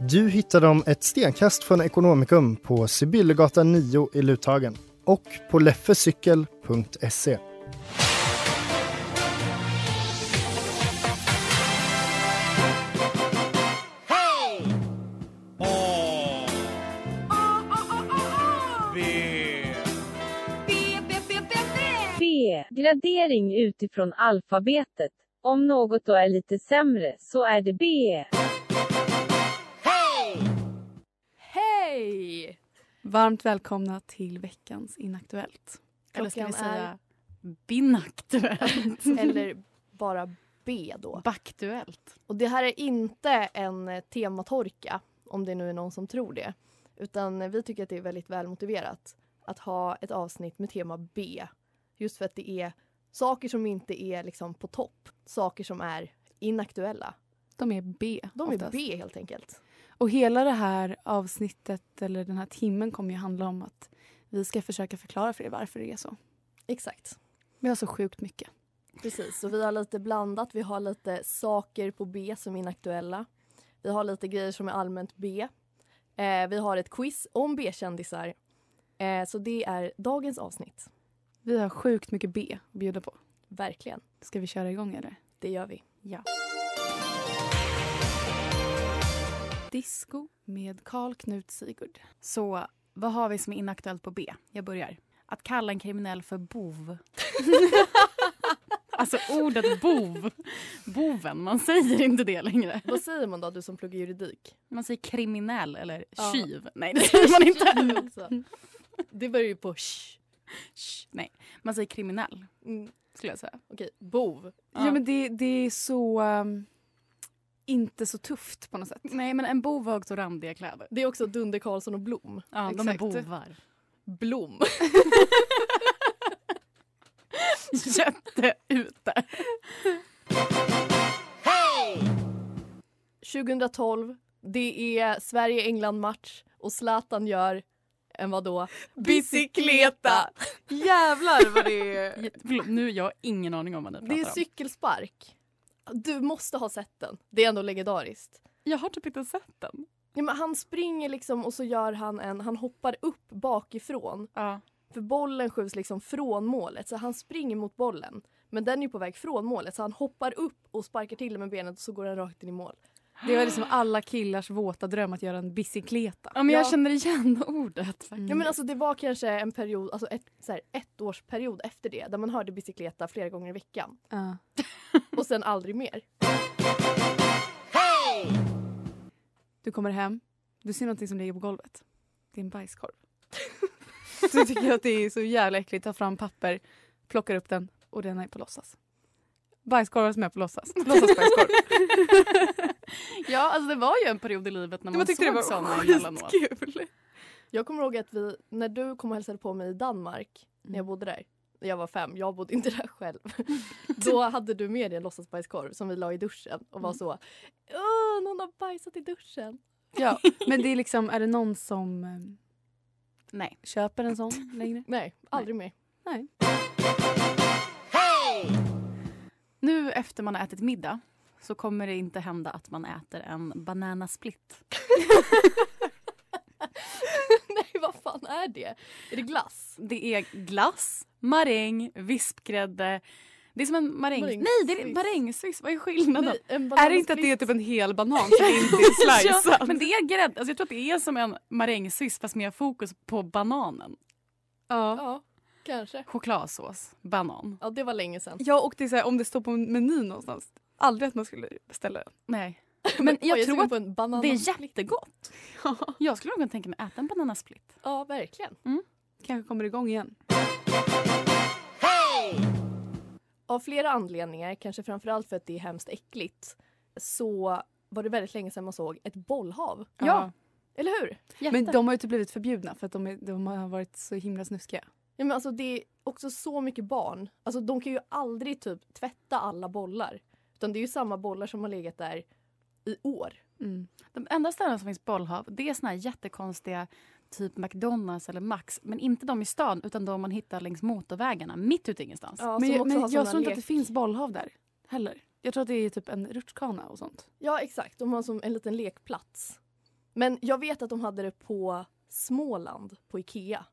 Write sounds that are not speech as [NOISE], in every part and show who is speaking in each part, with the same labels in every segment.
Speaker 1: Du hittar dem ett stenkast från Ekonomikum på Sibyllegatan 9 i Luthagen och på leffecykel.se.
Speaker 2: B. Gradering utifrån alfabetet. Om något då är lite sämre så är det B.
Speaker 3: Hej!
Speaker 4: Varmt välkomna till veckans Inaktuellt. Eller ska vi
Speaker 3: Klockan är-
Speaker 4: säga binaktuellt?
Speaker 3: [LAUGHS] Eller bara B då.
Speaker 4: Baktuellt.
Speaker 3: Och det här är inte en eh, tematorka, om det nu är någon som tror det. Utan eh, vi tycker att det är väldigt välmotiverat att ha ett avsnitt med tema B. Just för att det är saker som inte är liksom på topp. Saker som är inaktuella.
Speaker 4: De är B.
Speaker 3: De är
Speaker 4: oftast.
Speaker 3: B helt enkelt.
Speaker 4: Och hela det här avsnittet eller den här timmen kommer ju handla om att vi ska försöka förklara för er varför det är så.
Speaker 3: Exakt.
Speaker 4: Vi har så sjukt mycket.
Speaker 3: Precis, och vi har lite blandat. Vi har lite saker på B som är inaktuella. Vi har lite grejer som är allmänt B. Eh, vi har ett quiz om B-kändisar. Eh, så det är dagens avsnitt.
Speaker 4: Vi har sjukt mycket B att bjuda på.
Speaker 3: Verkligen.
Speaker 4: Ska vi köra igång eller?
Speaker 3: Det gör vi.
Speaker 4: Disco med Karl Knut Sigurd.
Speaker 5: Så vad har vi som är inaktuellt på B? Jag börjar. Att kalla en kriminell för bov. alltså ordet bov. Boven, man säger inte det [LAUGHS] längre.
Speaker 3: Vad säger man då, du som pluggar juridik?
Speaker 5: Man säger kriminell eller
Speaker 3: Ja.
Speaker 5: tjuv. [LAUGHS] Nej, det säger man
Speaker 3: [LAUGHS] Tjuv
Speaker 5: inte.
Speaker 3: också. Det börjar ju på sh.
Speaker 5: Sh, Nej, man säger kriminell
Speaker 3: Mm,
Speaker 5: skulle jag säga.
Speaker 3: Okej, bov.
Speaker 5: Ja.
Speaker 4: Ja, men det, det är så... ehm, inte så tufft på något sätt.
Speaker 5: Nej, men en bov har också randiga kläder.
Speaker 3: Det är också Dunder Karlsson och Blom.
Speaker 5: Ja, de är
Speaker 4: Exakt.
Speaker 5: bovar.
Speaker 3: Blom.
Speaker 5: [LAUGHS] Jätteute.
Speaker 3: 2012, det är Sverige-England-match och Zlatan gör en vadå? Bicicleta!
Speaker 6: Jävlar vad det är!
Speaker 5: Jätte- Förlåt, nu har jag ingen aning om vad ni pratar
Speaker 3: Det är
Speaker 5: om.
Speaker 3: cykelspark. Du måste ha sett den. Det är ändå legendariskt.
Speaker 5: Jag har typ inte sett den.
Speaker 3: Ja, men han springer liksom och så gör han en... Han hoppar upp bakifrån.
Speaker 5: Ja.
Speaker 3: För bollen skjuts liksom från målet. Så han springer mot bollen. Men den är ju på väg från målet. Så han hoppar upp och sparkar till den med benet och så går den rakt in i mål.
Speaker 4: Det var liksom alla killars våta dröm att göra en bicicleta.
Speaker 5: Ja, Mm. men jag
Speaker 3: Ja.
Speaker 5: känner igen ordet. Faktiskt. [LAUGHS]
Speaker 3: Ja,
Speaker 4: Mm.
Speaker 3: men alltså, det var kanske en period, alltså ett, så här, ett års period efter det. Där man hörde bicicleta flera gånger i veckan.
Speaker 4: Ja.
Speaker 3: Och sen aldrig mer.
Speaker 4: Du kommer hem, du ser någonting som ligger på golvet. Det är en [LAUGHS] bajskorv. du tycker att det är så jävla äckligt. Ta fram papper, plockar upp den och den är på låtsas. Bajskorvar som är på låtsas. Låtsas [LAUGHS] bajskorv.
Speaker 5: Ja, alltså det var ju en period i livet när man,
Speaker 4: Man tyckte det
Speaker 5: såg
Speaker 4: var
Speaker 5: såna emellanåt.
Speaker 4: skitkul.
Speaker 3: Jag kommer ihåg att vi, när du kom och hälsade på mig i Danmark, när
Speaker 4: Mm.
Speaker 3: jag bodde där, när jag var fem, jag bodde inte
Speaker 4: [LAUGHS]
Speaker 3: där själv. Då hade du med dig en låtsasbajskorv som vi la i duschen och
Speaker 4: Mm.
Speaker 3: var så Åh, någon har bajsat i duschen.
Speaker 4: Ja, men det är liksom, är det någon som eh,
Speaker 5: Nej.
Speaker 4: köper en sån längre?
Speaker 3: Nej, aldrig mer. [LAUGHS]
Speaker 5: Nu efter man har ätit middag så kommer det inte hända att man äter en banana split.
Speaker 3: Nej, vad fan är det? Är det glass?
Speaker 5: Det är glass, maräng, vispgrädde. Det är som en maräng.
Speaker 3: Maräng-
Speaker 5: Nej, det är
Speaker 3: sviss.
Speaker 5: marängsviss. Vad är skillnaden?
Speaker 3: Nej, en
Speaker 4: Är det inte att det är typ en hel banan som inte [LAUGHS] är
Speaker 5: Ja,
Speaker 4: slicead?
Speaker 5: men det är grädde. Alltså, jag tror att det är som en marängsviss fast mer fokus på bananen.
Speaker 4: Ja.
Speaker 3: Ja, kanske.
Speaker 5: Chokladsås, banan.
Speaker 3: Ja, det var länge sedan.
Speaker 4: ja, och det är så här, om det står på menyn någonstans. Aldrig att man skulle beställa den.
Speaker 5: Nej. Men
Speaker 3: Oj,
Speaker 5: jag tror
Speaker 3: suger
Speaker 5: att
Speaker 3: på en banan.
Speaker 5: det är jättegott. Jag skulle nog kunna tänka mig att äta en bananasplit.
Speaker 3: Ja, verkligen.
Speaker 4: Kanske kommer igång igen.
Speaker 3: Av flera anledningar, kanske framförallt för att det är hemskt äckligt, så var det väldigt länge sedan man såg ett bollhav.
Speaker 4: Ja.
Speaker 3: Eller hur?
Speaker 4: Men de har ju typ blivit förbjudna för att de, är, de har varit så himla snuskiga.
Speaker 3: Ja, men alltså, det är också så mycket barn. Alltså, de kan ju aldrig typ tvätta alla bollar. Utan det är ju samma bollar som har legat där i år.
Speaker 4: Mm.
Speaker 5: De enda ställen som finns bollhav det är såna här jättekonstiga typ McDonalds eller Max. Men inte de i stan utan de man hittar längs motorvägarna mitt ute i ingenstans.
Speaker 3: Ja,
Speaker 4: men
Speaker 3: som
Speaker 4: jag,
Speaker 3: också
Speaker 4: men
Speaker 3: har
Speaker 4: jag
Speaker 3: såna
Speaker 4: tror inte att
Speaker 3: lek-
Speaker 4: det finns bollhav där heller. Jag tror att det är typ en rutschkana och
Speaker 3: [LAUGHS]
Speaker 4: sånt.
Speaker 3: Ja, exakt. De har som en liten lekplats. Men jag vet att de hade det på Småland, på Ikea.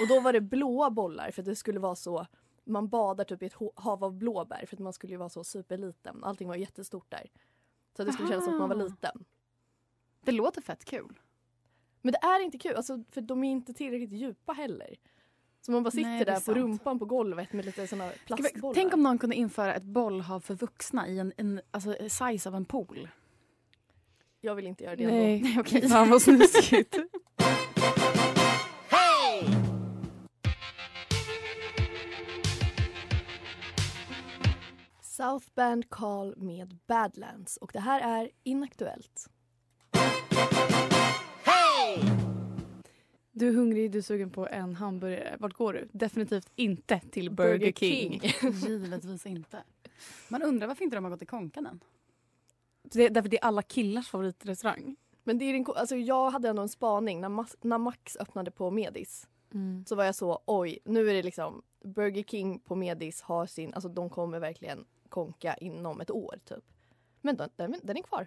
Speaker 3: Och då var det blåa bollar för att det skulle vara så man badar typ i ett ho- hav av blåbär för att man skulle ju vara så superliten. Allting var jättestort där. Så att det skulle kännas som att man var
Speaker 5: Aha.
Speaker 3: liten.
Speaker 5: Det låter fett kul.
Speaker 3: Men det är inte kul, alltså, för de är inte tillräckligt djupa heller. Så man bara sitter
Speaker 5: Nej, det är
Speaker 3: där på
Speaker 5: sant.
Speaker 3: rumpan på golvet med lite såna
Speaker 5: Ska vi-
Speaker 3: plastbollar.
Speaker 5: Tänk om någon kunde införa ett bollhav för vuxna i en, en alltså, size av en pool.
Speaker 3: Jag vill inte göra det ändå.
Speaker 4: Nej,
Speaker 5: okej.
Speaker 4: Fan vad snuskigt.
Speaker 3: South Band Call med Badlands och det här är inaktuellt.
Speaker 4: Du är hungrig, du är sugen på en hamburgare. Vart går du? Definitivt inte till Burger, King.
Speaker 5: [LAUGHS]
Speaker 4: [LAUGHS]
Speaker 5: Givetvis inte. Man undrar varför inte de har gått i konkan än.
Speaker 4: Det, därför det är alla killars favoritrestaurang.
Speaker 3: Men det är den, ko- alltså jag hade ändå en spaning. När, Mas- när Max öppnade på Medis så var jag så oj, nu är det liksom Burger King på Medis har sin, alltså de kommer verkligen konka inom ett år typ. Men den, den, den är kvar.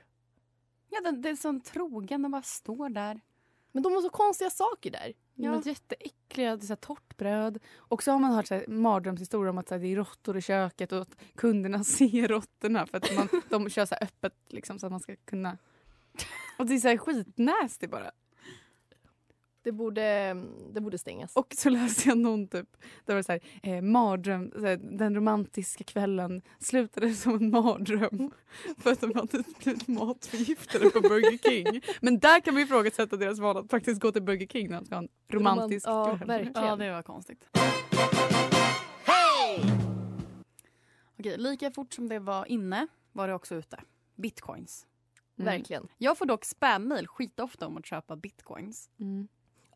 Speaker 5: Ja, den, det är sån trogen, den bara står där.
Speaker 3: Men de har så konstiga saker där.
Speaker 4: Ja. Något jätteäckliga, det är så här torrt bröd. Och så har man hört så här mardrömshistorier om att så här, det är råttor i köket och att kunderna [LAUGHS] ser råttorna för att man, de kör så här öppet liksom, så att man ska kunna... Och det är så här skitnästigt bara.
Speaker 3: Det borde, det borde stängas.
Speaker 4: Och så läste jag någon typ, där var det så här, eh, mardröm, så här, den romantiska kvällen slutade [LAUGHS] som en mardröm för att de hade blivit matförgiftade på Burger King. Men där kan man ju ifrågasätta deras val att faktiskt gå till Burger King när de ska ha en romantisk
Speaker 3: Roman- ja,
Speaker 4: kväll. Mm.
Speaker 3: verkligen.
Speaker 5: Ja, det var konstigt. Okej, lika fort som det var inne var det också ute. Bitcoins.
Speaker 4: Mm.
Speaker 3: Verkligen.
Speaker 5: Jag får dock spammail skitofta om att köpa bitcoins.
Speaker 4: Mm.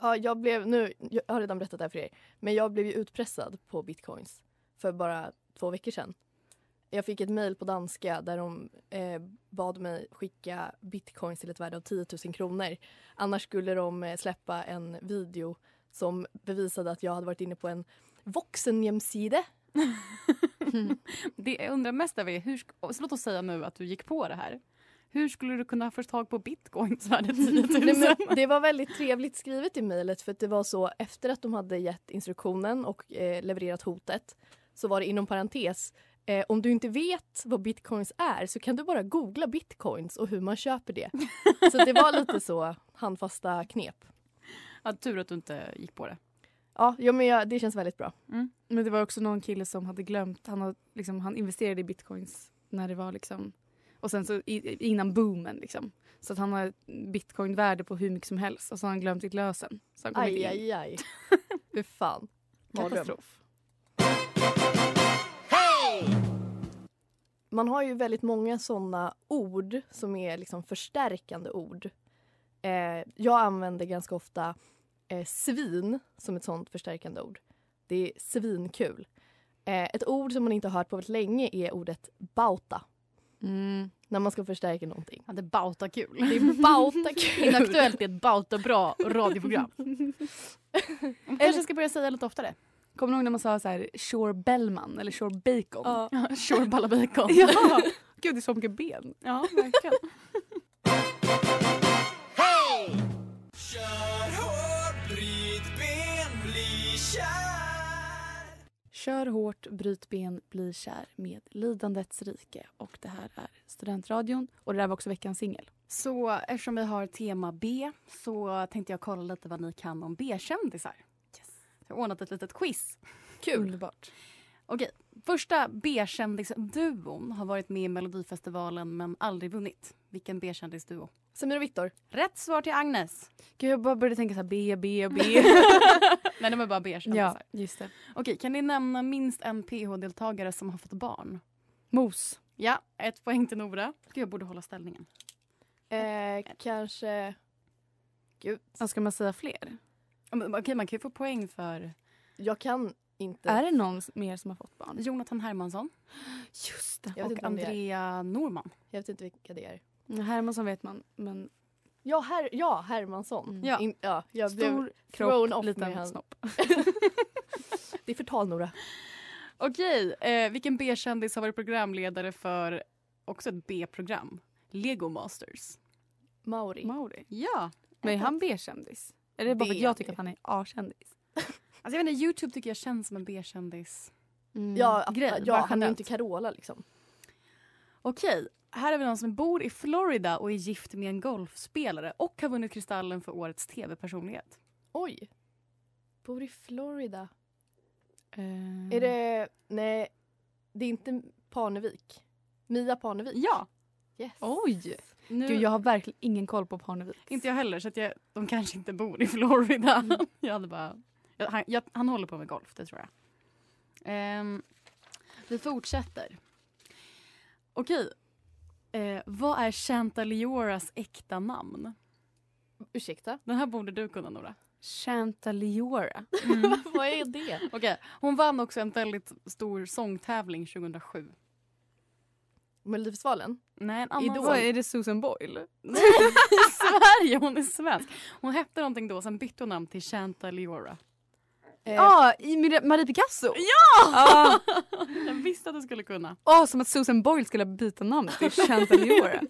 Speaker 3: Ja, jag blev, nu, jag har redan berättat det här för er, men jag blev ju utpressad på bitcoins för bara två veckor sedan. Jag fick ett mejl på danska där de eh, bad mig skicka bitcoins till ett värde av 10 000 kronor. Annars skulle de eh, släppa en video som bevisade att jag hade varit inne på en vuxenhemsida.
Speaker 5: Det jag undrar mest över är, hur, sk- och så låt oss säga nu att du gick på det här. Hur skulle du kunna få tag på bitcoins
Speaker 3: [LAUGHS]
Speaker 5: värde 10 000?
Speaker 3: Nej, men det var väldigt trevligt skrivet i mejlet för att det var så efter att de hade gett instruktionen och eh, levererat hotet så var det inom parentes eh, om du inte vet vad bitcoins är så kan du bara googla bitcoins och hur man köper [LAUGHS] det. Så det var lite så handfasta knep.
Speaker 5: Ja, tur att du inte gick på det.
Speaker 3: Ja, ja men jag, det känns väldigt bra.
Speaker 4: Men det var också någon kille som hade glömt, han, hade, liksom, han investerade i bitcoins när det var liksom och sen så i, innan boomen liksom. Så att han har bitcoinvärde på hur mycket som helst och så har han glömt sitt lösen. Så han kom
Speaker 3: Aj,
Speaker 4: inte in.
Speaker 3: aj, aj. Fy fan. Mardröm.
Speaker 4: Katastrof.
Speaker 3: man har ju väldigt många såna ord som är liksom förstärkande ord. Eh, jag använder ganska ofta eh, svin som ett sånt förstärkande ord. Det är svinkul. Eh, ett ord som man inte har hört på väldigt länge är ordet bauta,
Speaker 4: Mm.
Speaker 3: när man ska förstärka någonting.
Speaker 5: Ja, det bauta kul.
Speaker 4: [LAUGHS]
Speaker 3: Det är bauta kul.
Speaker 5: Inaktuellt är ett bauta bra radioprogram. Man kanske ska börja säga lite oftare.
Speaker 4: Kommer du ihåg när man sa så här Shore Bellman eller Shore Bacon? [LAUGHS]
Speaker 3: Ja.
Speaker 5: Sure balabikon.
Speaker 4: Ja! Gud, det är så mycket ben.
Speaker 5: [LAUGHS] ja, verkligen.
Speaker 4: Kör hårt, hårt brytben blir kär med lidandets rike. Och det här är Studentradion. Och det där var också veckans singel.
Speaker 5: Så eftersom vi har tema B så tänkte jag kolla lite vad ni kan om B-kändisar. Jag har ordnat ett litet quiz.
Speaker 4: Underbart.
Speaker 5: Okej, första B-kändisduon har varit med i Melodifestivalen men aldrig vunnit. Vilken B-kändisduo?
Speaker 3: Samir och Viktor.
Speaker 5: Rätt svar till Agnes.
Speaker 4: Gud, jag bara började tänka så här B, B, B.
Speaker 5: [LAUGHS] Nej, de är bara B-kändisar.
Speaker 4: ja, just det.
Speaker 5: Okej, kan ni nämna minst en PH-deltagare som har fått barn?
Speaker 4: Mos.
Speaker 5: Ja, ett poäng till Nora. Gud, jag borde hålla ställningen.
Speaker 4: [LAUGHS]
Speaker 3: Eh, kanske... Gud,
Speaker 5: Alltså,
Speaker 4: Ja, Ska man säga fler?
Speaker 5: Ja, men Okej, man kan ju få poäng för
Speaker 3: jag kan inte.
Speaker 4: Är det någon mer som har fått barn?
Speaker 5: Jonathan Hermansson
Speaker 4: Just det.
Speaker 3: Jag vet
Speaker 5: och
Speaker 3: inte vem det är.
Speaker 5: Andrea Norman.
Speaker 3: Jag vet inte vilka det är.
Speaker 4: Mm, Hermansson vet man, men
Speaker 3: Ja, Her- ja Hermansson.
Speaker 4: Mm.
Speaker 3: Ja. In- ja, jag blev...
Speaker 4: stor
Speaker 3: thrown
Speaker 4: kropp,
Speaker 3: off
Speaker 4: liten
Speaker 3: med han.
Speaker 4: snopp.
Speaker 3: [LAUGHS] Det är förtal, Nora.
Speaker 5: Okej, eh, vilken B-kändis har varit programledare för också ett B-program? Lego Masters.
Speaker 3: Mauri.
Speaker 4: Mauri.
Speaker 5: Ja.
Speaker 4: Men är han B-kändis? Är det bara för att jag
Speaker 3: B.
Speaker 4: tycker att han är A-kändis?
Speaker 5: Alltså jag vet inte, Youtube tycker jag känns som en B-kändis.
Speaker 3: ja,
Speaker 5: grej,
Speaker 3: ja
Speaker 5: bara
Speaker 3: han är ju
Speaker 5: generellt.
Speaker 3: inte Carola liksom.
Speaker 5: Okej, här har vi någon som bor i Florida och är gift med en golfspelare och har vunnit Kristallen för årets tv-personlighet.
Speaker 3: Oj. Bor i Florida.
Speaker 4: Eh,
Speaker 3: Är det... Nej, det är inte Parnevik. Mia Parnevik.
Speaker 5: Ja.
Speaker 3: Yes.
Speaker 4: Oj!
Speaker 5: Nu,
Speaker 4: Gud, jag har verkligen ingen koll på Parnevik.
Speaker 5: Inte jag heller, så att jag, de kanske inte bor i Florida. [LAUGHS] Jag hade bara, jag, han, jag, han håller på med golf, det tror jag. Ehm, vi fortsätter. Okej. Eh, vad är Chantalioras äkta namn?
Speaker 3: Ursäkta?
Speaker 5: Den här borde du kunna, Nora.
Speaker 4: Chantaliora.
Speaker 3: [LAUGHS] Vad är det?
Speaker 5: Okej, Hon vann också en väldigt stor sångtävling 2007.
Speaker 3: Melodifestivalen?
Speaker 5: Nej, en annan
Speaker 4: Idol.
Speaker 5: sång.
Speaker 4: Är det Susan Boyle?
Speaker 5: I [LAUGHS] Sverige, hon är svensk. Hon hette någonting då, sen bytte hon namn till Chantaliora.
Speaker 3: Eh,
Speaker 4: Ja, i Mir- Marie Picasso! Ja!
Speaker 5: Jag visste att du skulle kunna.
Speaker 4: Åh, som att Susan Boyle skulle byta namn till Chantaliora.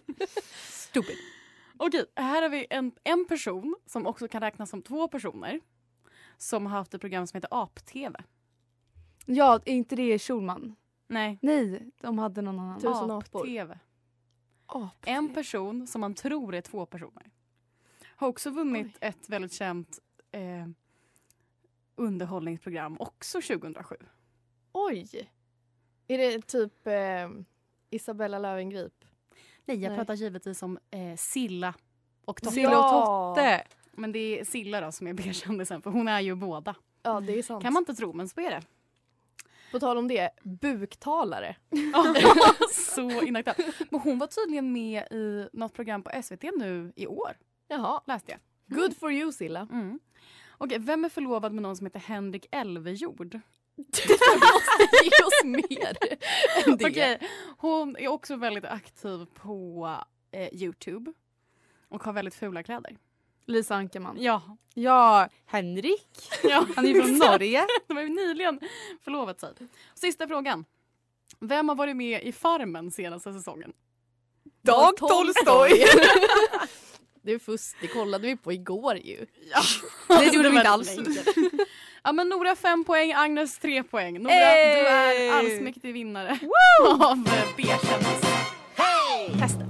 Speaker 4: Stupid.
Speaker 5: Okej, här har vi en, en person som också kan räknas som två personer som har haft ett program som heter AP-TV.
Speaker 4: Ja, är inte det Schulman?
Speaker 5: Nej,
Speaker 4: Nej, de hade någon annan.
Speaker 3: Tusen apor.
Speaker 5: AP-TV.
Speaker 4: Oh,
Speaker 5: En person som man tror är två personer. Har också vunnit ett väldigt känt eh, underhållningsprogram, också 2007.
Speaker 3: Oj! Är det typ eh, Isabella Löwengrip?
Speaker 5: Nej, jag
Speaker 3: Nej.
Speaker 5: pratar givetvis om eh, Silla och Totte.
Speaker 4: Silla och Totte.
Speaker 5: Men det är Silla då som är B-kändisen, för hon är ju båda.
Speaker 3: Ja, det är sant.
Speaker 5: Kan man inte tro, men så är det.
Speaker 3: På tal om det, buktalare.
Speaker 5: så inaktuellt. Men hon var tydligen med i något program på SVT nu i år,
Speaker 3: Jaha.
Speaker 5: läste jag.
Speaker 3: Good for you, [LAUGHS] Silla.
Speaker 5: Mm. Okej, vem är förlovad med någon som heter Henrik Elvejord?
Speaker 3: Ge oss mer än det.
Speaker 5: Okej, hon är också väldigt aktiv på eh, Youtube och har väldigt fula kläder.
Speaker 4: Lisa Ankerman.
Speaker 5: Ja,
Speaker 4: Ja, Henrik.
Speaker 5: ja.
Speaker 4: Han är ju från Norge.
Speaker 5: de har ju nyligen förlovat sig. Sista frågan. Vem har varit med i Farmen senaste säsongen?
Speaker 4: Dag Tolstoj.
Speaker 3: [LAUGHS] Det är fusk, det kollade vi på igår ju.
Speaker 4: Nej, [LAUGHS] det gjorde vi
Speaker 5: var
Speaker 4: inte alls.
Speaker 5: enkelt. ja, men Nora fem poäng, Agnes tre poäng. Nora,
Speaker 4: Hey!
Speaker 5: du är allsmäktig vinnare [LAUGHS] av eh, B-kändis. Testet.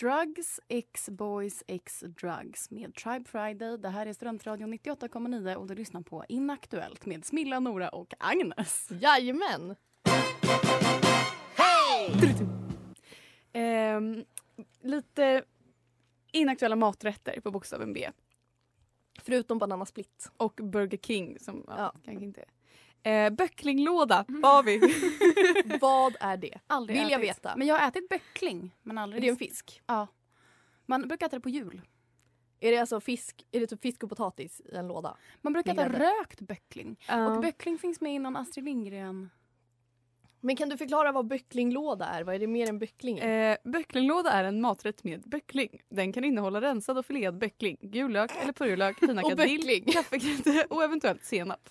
Speaker 5: Drugs, X-boys, X-drugs med Tribe Friday. Det här är Studentradion 98,9 och du lyssnar på Inaktuellt med Smilla, Nora och Agnes.
Speaker 3: Jajamän!
Speaker 4: Ehm, lite inaktuella maträtter på bokstaven B.
Speaker 3: Förutom bananasplitt.
Speaker 4: Och Burger King som ja, Mm.
Speaker 3: Ja.
Speaker 4: kanske inte är. Eh, böcklinglåda var [LAUGHS] vi.
Speaker 3: Vad är det?
Speaker 5: Aldrig
Speaker 3: Vill jag
Speaker 5: ätit.
Speaker 3: veta.
Speaker 5: Men jag har ätit böckling. Men aldrig
Speaker 3: Är det en fisk?
Speaker 5: Ja. Man brukar äta det på jul.
Speaker 3: Är det alltså fisk, är det typ fisk och potatis i en låda?
Speaker 5: Man brukar
Speaker 3: Med
Speaker 5: äta
Speaker 3: grädde.
Speaker 5: rökt böckling. Och böckling finns med innan Astrid Lindgren.
Speaker 3: Men kan du förklara vad böcklinglåda är? Vad är det mer än böckling? i?
Speaker 4: Eh, böcklinglåda är en maträtt med böckling. Den kan innehålla rensad och filead böckling, gul lök eller purjolök, finhackad dill,
Speaker 3: böckling.
Speaker 4: kaffegrädde [LAUGHS] och eventuellt senap.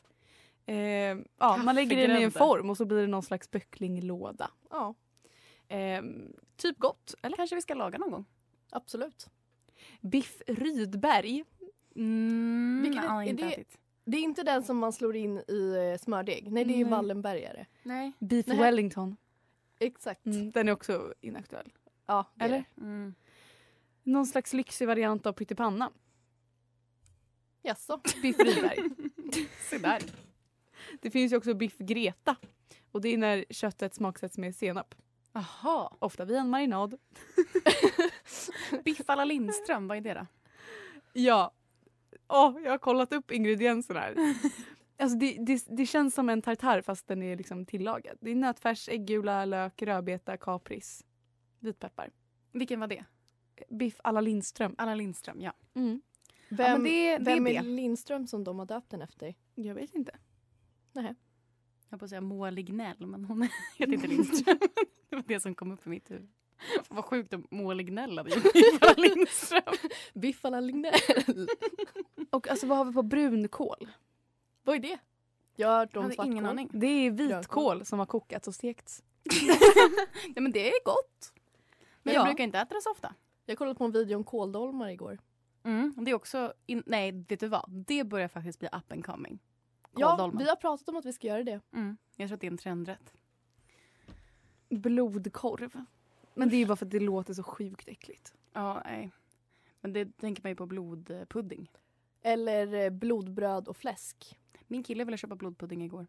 Speaker 4: Eh, ja, man lägger den i en
Speaker 5: Kaffegrädde.
Speaker 4: form och så blir det någon slags böcklinglåda.
Speaker 3: Ja,
Speaker 4: Eh, typ gott. Eller?
Speaker 5: Kanske vi ska laga någon gång?
Speaker 3: absolut.
Speaker 4: Biff Rydberg.
Speaker 5: Mm,
Speaker 3: Vilken är-
Speaker 5: ja,
Speaker 3: är
Speaker 5: inte
Speaker 3: det-
Speaker 5: ätit.
Speaker 3: Det är inte den som man slår in i eh, smördeg. Nej, det är
Speaker 4: Nej.
Speaker 3: Wallenbergare.
Speaker 5: Nej.
Speaker 4: Beef
Speaker 3: Nej.
Speaker 4: Wellington.
Speaker 3: Exakt.
Speaker 4: Mm, Den är också inaktuell.
Speaker 3: Ja, det är
Speaker 4: Eller?
Speaker 3: det.
Speaker 5: Mm.
Speaker 4: Någon slags lyxig variant av pyttipanna.
Speaker 5: [LAUGHS]
Speaker 3: Jaså?
Speaker 4: Biff Rydberg.
Speaker 5: Se där.
Speaker 4: det finns ju också Biff Greta. Och det är när köttet smaksätts med senap.
Speaker 5: Jaha.
Speaker 4: Ofta via en marinad.
Speaker 5: Biff alla Lindström, vad är det då?
Speaker 4: Ja. Åh, jag har kollat upp ingredienserna [LAUGHS] här. Alltså det, det, det känns som en tartar fast den är liksom tillagad. Det är nötfärs, äggula, lök, rödbeta, kapris, vitpeppar.
Speaker 5: Vilken var det?
Speaker 4: Biff alla Lindström.
Speaker 5: Alla Lindström, ja.
Speaker 4: Mm.
Speaker 5: ja
Speaker 3: Vem,
Speaker 5: men det, det
Speaker 3: vem
Speaker 5: är
Speaker 3: är
Speaker 5: det.
Speaker 3: Lindström som de har döpt den efter?
Speaker 4: Jag vet [LAUGHS] inte.
Speaker 5: Jag höll på att säga Moa Lignell, men [LAUGHS] hon heter inte Lindström. det var det som kom upp i mitt huvud. Vad sjukt om Moa Lignell hade gjort Biff alla Lindström.
Speaker 3: Biff alla Lignell.
Speaker 4: Och alltså vad har vi på brunkål?
Speaker 3: [LAUGHS] Vad är det? Jag har hört
Speaker 5: Jag
Speaker 3: om
Speaker 5: hade ingen
Speaker 3: svartkål.
Speaker 5: aning.
Speaker 4: Det är vitkål som har kokats och [LAUGHS] stekts.
Speaker 5: Nej men det är gott. Men
Speaker 4: Ja.
Speaker 5: jag brukar inte äta det så ofta.
Speaker 3: Jag kollade på en video om kåldolmar igår.
Speaker 5: Mm, Det är också, in, nej vet du vad? Det börjar faktiskt bli up and coming.
Speaker 3: Ja,
Speaker 5: Kåldolmen.
Speaker 3: vi har pratat om att vi ska göra det.
Speaker 5: Mm. Jag tror att det är en trendrätt.
Speaker 4: Blodkorv. Men det är ju bara för att det låter så sjukt äckligt.
Speaker 5: Ja, nej. Men det tänker man ju på blodpudding.
Speaker 3: Eller eh, blodbröd och fläsk.
Speaker 5: Min kille ville köpa blodpudding igår.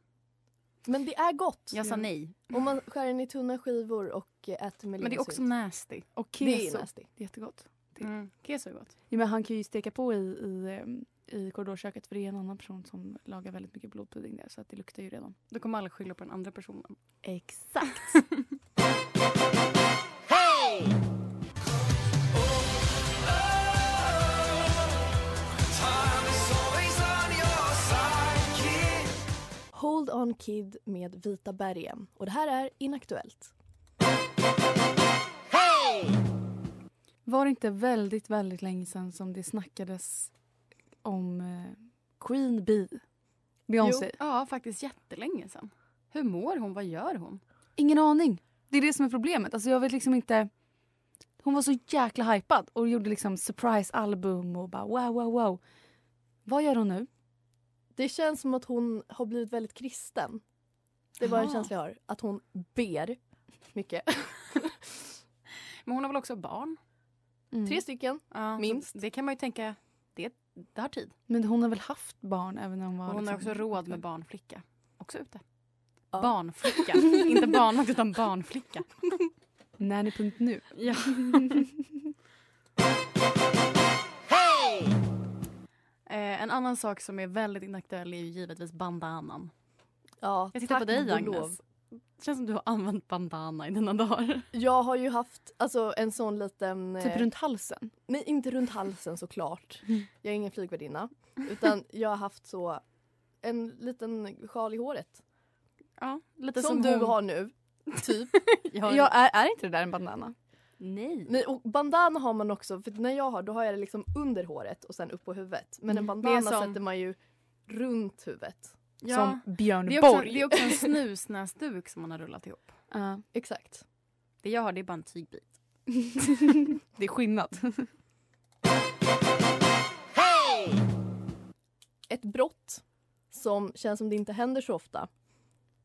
Speaker 3: Men det är gott.
Speaker 5: Jag sa nej.
Speaker 3: Om man skär den i tunna skivor och eh, äter med
Speaker 5: Men det är också
Speaker 3: linsylt.
Speaker 5: nasty.
Speaker 4: Och keso.
Speaker 3: Det är nasty.
Speaker 4: Jättegott.
Speaker 5: Mm. Keso är gott.
Speaker 4: Ja, men han kan ju steka på i, i, ehm, i korridorköket för det är en annan person som lagar väldigt mycket blodpudding där så att det luktar ju redan.
Speaker 5: Då kommer alla skylla på den andra personen.
Speaker 4: Exakt.
Speaker 3: Hold On Kid med Vita bergen. Och det här är inaktuellt.
Speaker 4: Var det inte väldigt, väldigt länge sedan som det snackades om eh, Queen Bee? Beyoncé?
Speaker 5: [LAUGHS] Ja, faktiskt jättelänge sedan. Hur mår hon? Vad gör hon?
Speaker 4: Ingen aning. Det är det som är problemet. Alltså jag vet liksom inte. Hon var så jäkla hypad och gjorde liksom surprise-album och bara wow, wow, wow. Vad gör hon nu?
Speaker 3: Det känns som att hon har blivit väldigt kristen. Det var en
Speaker 4: Ah.
Speaker 3: känsla jag har. Att hon ber mycket.
Speaker 5: [LAUGHS] Men hon har väl också barn? Mm.
Speaker 3: Tre stycken.
Speaker 5: Ja, så
Speaker 3: Minst.
Speaker 5: Det kan man ju tänka, det, det har tid.
Speaker 4: Men hon har väl haft barn även när hon var...
Speaker 5: Och hon har
Speaker 4: liksom-
Speaker 5: också råd med barnflicka. Också ute.
Speaker 3: Ja.
Speaker 5: [LAUGHS] Barnflicka. Inte barnvakt utan barnflicka.
Speaker 4: Nanny.nu.
Speaker 5: Ja. Eh, en annan sak som är väldigt inaktuell är ju givetvis bandanan.
Speaker 3: Ja,
Speaker 5: Jag tittar
Speaker 3: tack
Speaker 5: på dig
Speaker 3: och
Speaker 5: Agnes.
Speaker 3: lov.
Speaker 5: Det känns som du har använt bandana i dina dagar.
Speaker 3: Jag har ju haft alltså, en sån liten...
Speaker 4: Typ
Speaker 3: eh,
Speaker 4: runt halsen.
Speaker 3: Nej, inte runt halsen såklart.
Speaker 5: Mm.
Speaker 3: Jag är ingen flygvärdinna. Utan jag har haft så en liten sjal i håret.
Speaker 5: Ja, lite
Speaker 3: som
Speaker 5: som,
Speaker 3: du
Speaker 5: hon.
Speaker 3: har nu. Typ.
Speaker 5: Jag,
Speaker 4: Ja, är, är inte det där en bandana?
Speaker 5: Nej.
Speaker 3: Nej, och bandana har man också, för när jag har då har jag det liksom under håret och sen upp på huvudet. Men en bandana
Speaker 5: Mm. Det är som-
Speaker 3: sätter man ju runt huvudet.
Speaker 5: Ja.
Speaker 4: Som Björn
Speaker 5: Det, är också,
Speaker 4: Borg.
Speaker 5: det
Speaker 4: [LAUGHS]
Speaker 5: är också en snusnäsduk som man har rullat ihop.
Speaker 4: Ja.
Speaker 3: Exakt.
Speaker 5: Det jag har det är bara en tygbit.
Speaker 4: [LAUGHS] det är skillnad.
Speaker 3: Ett brott som känns som det inte händer så ofta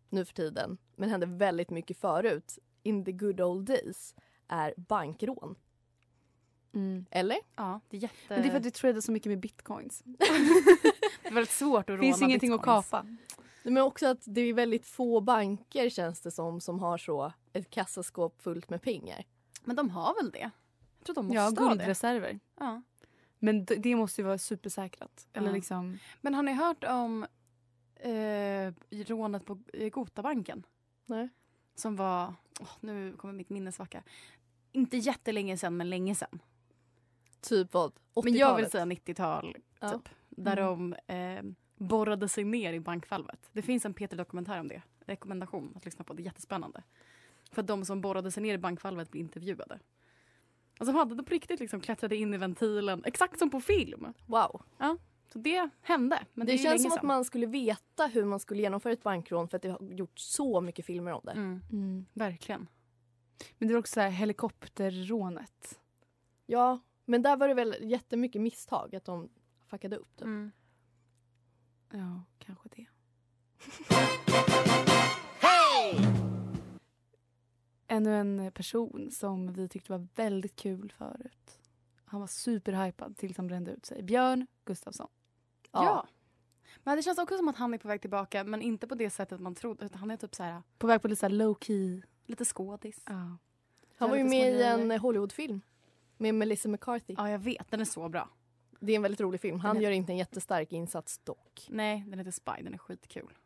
Speaker 3: nu för tiden, men hände väldigt mycket förut, in the good old days, är bankrån.
Speaker 5: Mm.
Speaker 3: Eller?
Speaker 5: Ja, det är jätte...
Speaker 4: Men det är för att du tradar så mycket med bitcoins.
Speaker 5: det är väldigt svårt att
Speaker 4: Det
Speaker 5: råna
Speaker 4: finns ingenting att
Speaker 5: bitcoins.
Speaker 4: kapa.
Speaker 3: Nej, Men också att det är väldigt få banker känns det som som har så ett kassaskåp fullt med pengar.
Speaker 5: Men de har väl det? Jag tror de måste
Speaker 4: Ja,
Speaker 5: ha det.
Speaker 4: guldreserver.
Speaker 5: Ja.
Speaker 4: Men d- det måste ju vara supersäkrat. Eller
Speaker 5: Ja.
Speaker 4: liksom...
Speaker 5: Men har ni hört om eh, rånet på eh, Gotabanken?
Speaker 3: Nej.
Speaker 5: Som var, åh, nu kommer mitt minne svacka. Inte jättelänge sedan, men länge sedan.
Speaker 3: Typ vad? 80-talet?
Speaker 5: Men jag vill säga 90-tal,
Speaker 3: Ja.
Speaker 5: typ. Där
Speaker 3: Mm.
Speaker 5: de eh, borrade sig ner i bankvalvet. Det finns en Peter dokumentär om det. Rekommendation att lyssna på. Det är jättespännande. För att de som borrade sig ner i bankvalvet blev intervjuade. Och som hade de på riktigt liksom klättrade in i ventilen, exakt som på film.
Speaker 3: Wow.
Speaker 5: Så det hände. Men det,
Speaker 3: det
Speaker 5: är ju
Speaker 3: känns
Speaker 5: länge
Speaker 3: som att
Speaker 5: sedan.
Speaker 3: man skulle veta hur man skulle genomföra ett bankrån för att det har gjorts så mycket filmer om det.
Speaker 5: Mm, verkligen.
Speaker 4: Men det var också så här helikopterrånet.
Speaker 3: Ja, Mm. men där var det väl jättemycket misstag att de fuckade upp. Typ.
Speaker 5: Mm.
Speaker 4: Ja, kanske det. Ännu en person som vi tyckte var väldigt kul förut. Han var superhypad tills han brände ut sig. Björn Gustafsson.
Speaker 5: Ja. Men det känns också som att han är på väg tillbaka, men inte på det sättet man trodde. utan Han är typ så här,
Speaker 4: På väg på lite så här low key.
Speaker 5: lite skådis.
Speaker 4: Ja.
Speaker 3: Han var ju
Speaker 5: Lite
Speaker 3: med i
Speaker 5: smågrejer.
Speaker 3: en Hollywoodfilm med Melissa McCarthy.
Speaker 5: Ja, Mm. jag vet. Den är så bra.
Speaker 3: Det är en väldigt rolig film. Han
Speaker 5: Den är-
Speaker 3: gör inte en jättestark insats dock.
Speaker 5: Nej, den heter Spy. Den är skitkul.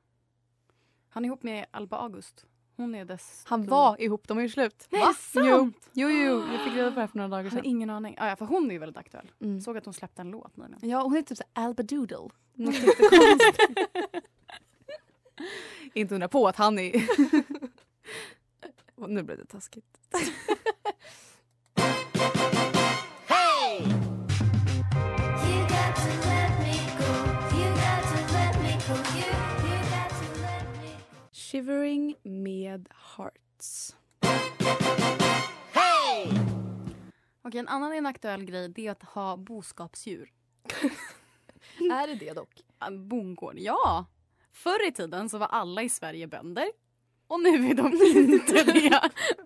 Speaker 5: Han är ihop med Alba August. Hon är dess...
Speaker 4: Han var ihop, de är ju slut.
Speaker 5: Nej,
Speaker 4: Jo,
Speaker 5: sant?
Speaker 4: jo, jo, jag fick reda på det här för några dagar
Speaker 5: Jag har
Speaker 4: sedan.
Speaker 5: ingen aning. Ah, ja, för hon är ju väldigt aktuell.
Speaker 4: Mm.
Speaker 5: Jag såg att hon släppte en låt nyligen.
Speaker 4: Ja, hon är typ så här Albadoodle. Något jättekonstigt. Inte undra på att han är... [LAUGHS] Och nu blev det taskigt. Shivering med hearts.
Speaker 5: Okej, en annan inaktuell grej det är att ha boskapsdjur.
Speaker 3: [LAUGHS] Är det det dock?
Speaker 5: Ah, Bondgård, ja. Förr i tiden så var alla i Sverige bönder. Och nu är de [LAUGHS] inte det.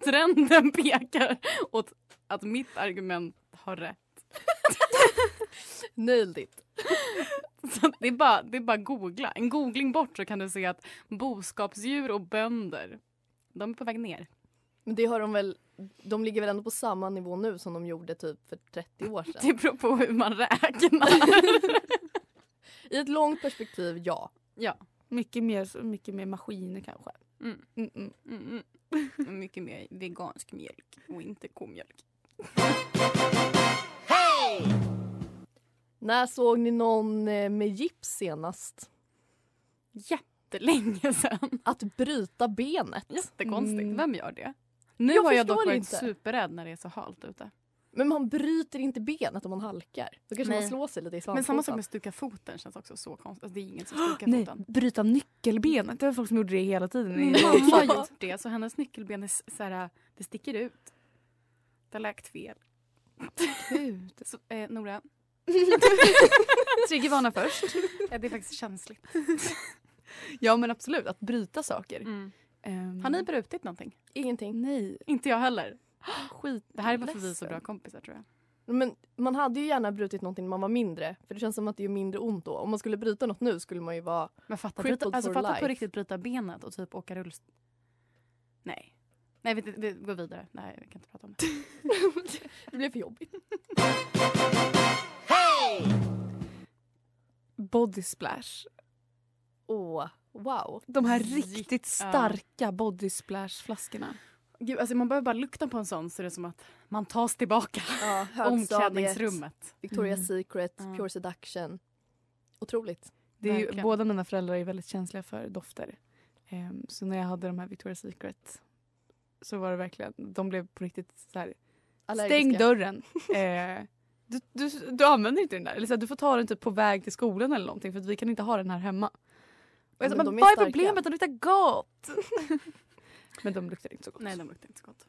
Speaker 5: Trenden pekar åt att mitt argument har rätt.
Speaker 3: Nailed it.
Speaker 5: Så att det, är bara, det är bara googla. En googling bort så kan du se att boskapsdjur och bönder, de är på väg ner.
Speaker 3: Men det har de väl, de ligger väl ändå på samma nivå nu som de gjorde typ för 30 år sedan.
Speaker 5: [LAUGHS] Det beror på hur man räknar.
Speaker 3: I ett långt perspektiv, ja.
Speaker 5: ja.
Speaker 4: Mycket mer, mycket mer maskiner kanske.
Speaker 5: Mm.
Speaker 4: Mm -mm.
Speaker 5: Mm, mm. Mycket mer vegansk mjölk och inte komjölk.
Speaker 3: När såg ni någon eh, med gips senast?
Speaker 5: Jättelänge sedan.
Speaker 3: Att bryta benet.
Speaker 5: Jättekonstigt.
Speaker 4: Mm.
Speaker 5: Vem gör det? Nu
Speaker 3: Jag
Speaker 5: har jag dock
Speaker 3: förstår
Speaker 5: varit
Speaker 3: inte.
Speaker 5: superrädd när det är så halt ute.
Speaker 3: Men man bryter inte benet om man halkar. Då kanske
Speaker 5: Nej.
Speaker 3: man slår sig lite i svanskotan.
Speaker 5: Men samma sak med stuka foten känns också så konstigt. Alltså, det är ingen som
Speaker 4: [GASPS]
Speaker 5: stukar
Speaker 4: Nej,
Speaker 5: foten.
Speaker 4: bryta nyckelbenet. Det var folk som gjorde det hela tiden.
Speaker 5: Min
Speaker 4: [LAUGHS]
Speaker 5: mamma har gjort det så hennes nyckelben är s- så här, det sticker ut. Det har läkt fel.
Speaker 4: Gud.
Speaker 5: Så, eh, Nora,
Speaker 4: Triggervarna först.
Speaker 5: eh, det är faktiskt känsligt.
Speaker 4: Ja men absolut, att bryta saker.
Speaker 7: Mm.
Speaker 4: Ehm,
Speaker 5: Har ni brutit någonting?
Speaker 3: Ingenting.
Speaker 4: Nej,
Speaker 5: Inte jag heller.
Speaker 4: skit.
Speaker 5: Det här är varför vi är så
Speaker 4: ledsen.
Speaker 5: bra kompisar tror jag.
Speaker 3: Men man hade ju gärna brutit någonting när man var mindre. För det känns som att det gör mindre ont då. Om man skulle bryta något nu skulle man ju vara...
Speaker 5: Men fatta,
Speaker 3: Crippled
Speaker 5: bryta, alltså,
Speaker 3: for
Speaker 5: fatta
Speaker 3: life.
Speaker 5: på riktigt bryta benet och typ åka rullstol. Nej. Nej, vi, vi går vidare. Nej, vi kan inte prata om det.
Speaker 3: det blev för jobbigt.
Speaker 4: Body splash.
Speaker 3: Åh, wow.
Speaker 4: De här
Speaker 5: Gick-
Speaker 4: riktigt
Speaker 5: ja.
Speaker 4: starka body splash flaskorna.
Speaker 5: Gud, alltså, man behöver bara lukta på en sån så det är som att man tas tillbaka.
Speaker 3: Ja,
Speaker 5: Alltså, Omklädningsrummet.
Speaker 3: Victoria's
Speaker 4: Mm.
Speaker 3: Secret,
Speaker 5: Ja.
Speaker 3: Pure Seduction. Otroligt.
Speaker 4: Det är ju,
Speaker 5: Verkligen.
Speaker 4: båda mina föräldrar är väldigt känsliga för dofter. Ehm, så när jag hade de här Victoria's Secret så var det verkligen, de blev på riktigt så här, stäng dörren. [LAUGHS] Eh, du, du, du använder inte den där. Eller så här, du får ta den typ på väg till skolan eller någonting för att vi kan inte ha den här hemma. Och jag
Speaker 3: Men
Speaker 4: sa, men,
Speaker 3: de är
Speaker 4: vad är
Speaker 3: starka."
Speaker 4: problemet? De luktar
Speaker 3: [LAUGHS]
Speaker 4: gott! men de luktar inte så gott.
Speaker 5: Nej, de luktar inte så gott.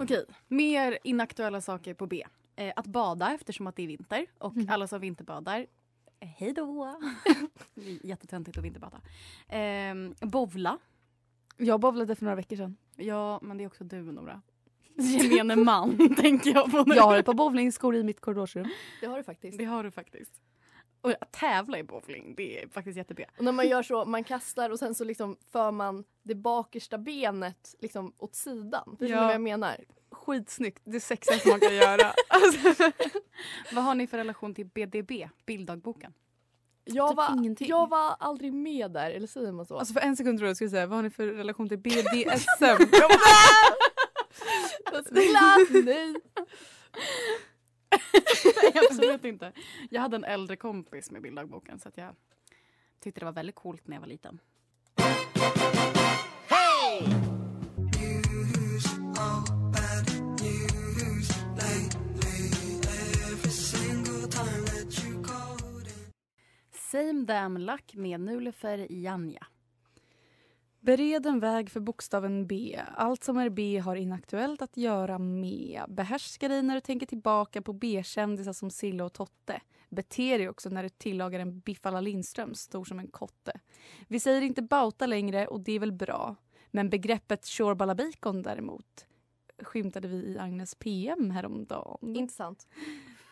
Speaker 5: Okej, mer inaktuella saker på B. Eh, att bada eftersom att det är vinter och
Speaker 4: Mm.
Speaker 5: alla som vinterbadar, eh, hej
Speaker 4: [LAUGHS]
Speaker 5: då! Det är Jättetöntigt att vinterbada. Eh, bovla.
Speaker 4: Jag bowlade för några veckor
Speaker 3: [LAUGHS]
Speaker 4: sedan.
Speaker 5: Ja, men det är också du, Nora. Gemene man,
Speaker 4: [LAUGHS]
Speaker 5: tänker jag på nu.
Speaker 4: Jag har ett par bowlingskor i mitt korridorsrum.
Speaker 3: Det har du faktiskt.
Speaker 5: Det har du faktiskt. Och att tävla i bowling, det är faktiskt jätte-B.
Speaker 3: Och när man gör så, man kastar och sen så liksom för man det bakersta benet liksom åt sidan. Förstår ni
Speaker 5: Ja.
Speaker 3: vad jag menar?
Speaker 4: Skitsnyggt. Det sexigaste man kan
Speaker 5: [LAUGHS]
Speaker 4: göra. Alltså.
Speaker 5: Vad har ni för relation till BDB, bilddagboken?
Speaker 3: Jag
Speaker 4: Typ
Speaker 3: var,
Speaker 4: ingenting.
Speaker 3: jag var aldrig med där, eller säger man så?
Speaker 4: Alltså för en sekund trodde jag skulle säga vad har ni för relation till BDSM?
Speaker 3: Glatt,
Speaker 4: [LAUGHS]
Speaker 3: nej!
Speaker 5: Nej, absolut inte. Jag hade en äldre kompis med bilddagboken så att jag tyckte det var väldigt coolt när jag var liten. Same damn luck med Nulefer Janja.
Speaker 4: Bered en väg för bokstaven B. Allt som är B har inaktuellt att göra med. Behärska dig när du tänker tillbaka på B-kändisar som Silla och Totte. Bete dig också när du tillagar en biff à la Lindström stor som en kotte. Vi säger inte bauta längre och det är väl bra. Men begreppet tjorballabikon däremot skymtade vi i Agnes PM häromdagen.
Speaker 3: Intressant.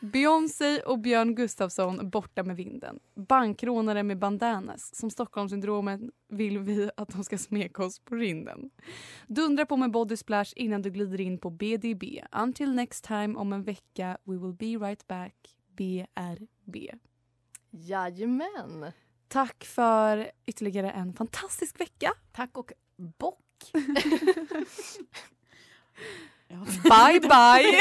Speaker 4: Beyoncé och Björn Gustafsson borta med vinden. Bankrånare med bandanas. Som Stockholmssyndromen vill vi att de ska smeka oss på rinden. Dundra på med body splash innan du glider in på BDB. Until next time om en vecka. We will be right back. BRB.
Speaker 3: Jajamän.
Speaker 4: Tack för ytterligare en fantastisk vecka.
Speaker 3: Tack och bock.
Speaker 5: Ja.
Speaker 4: Bye, bye!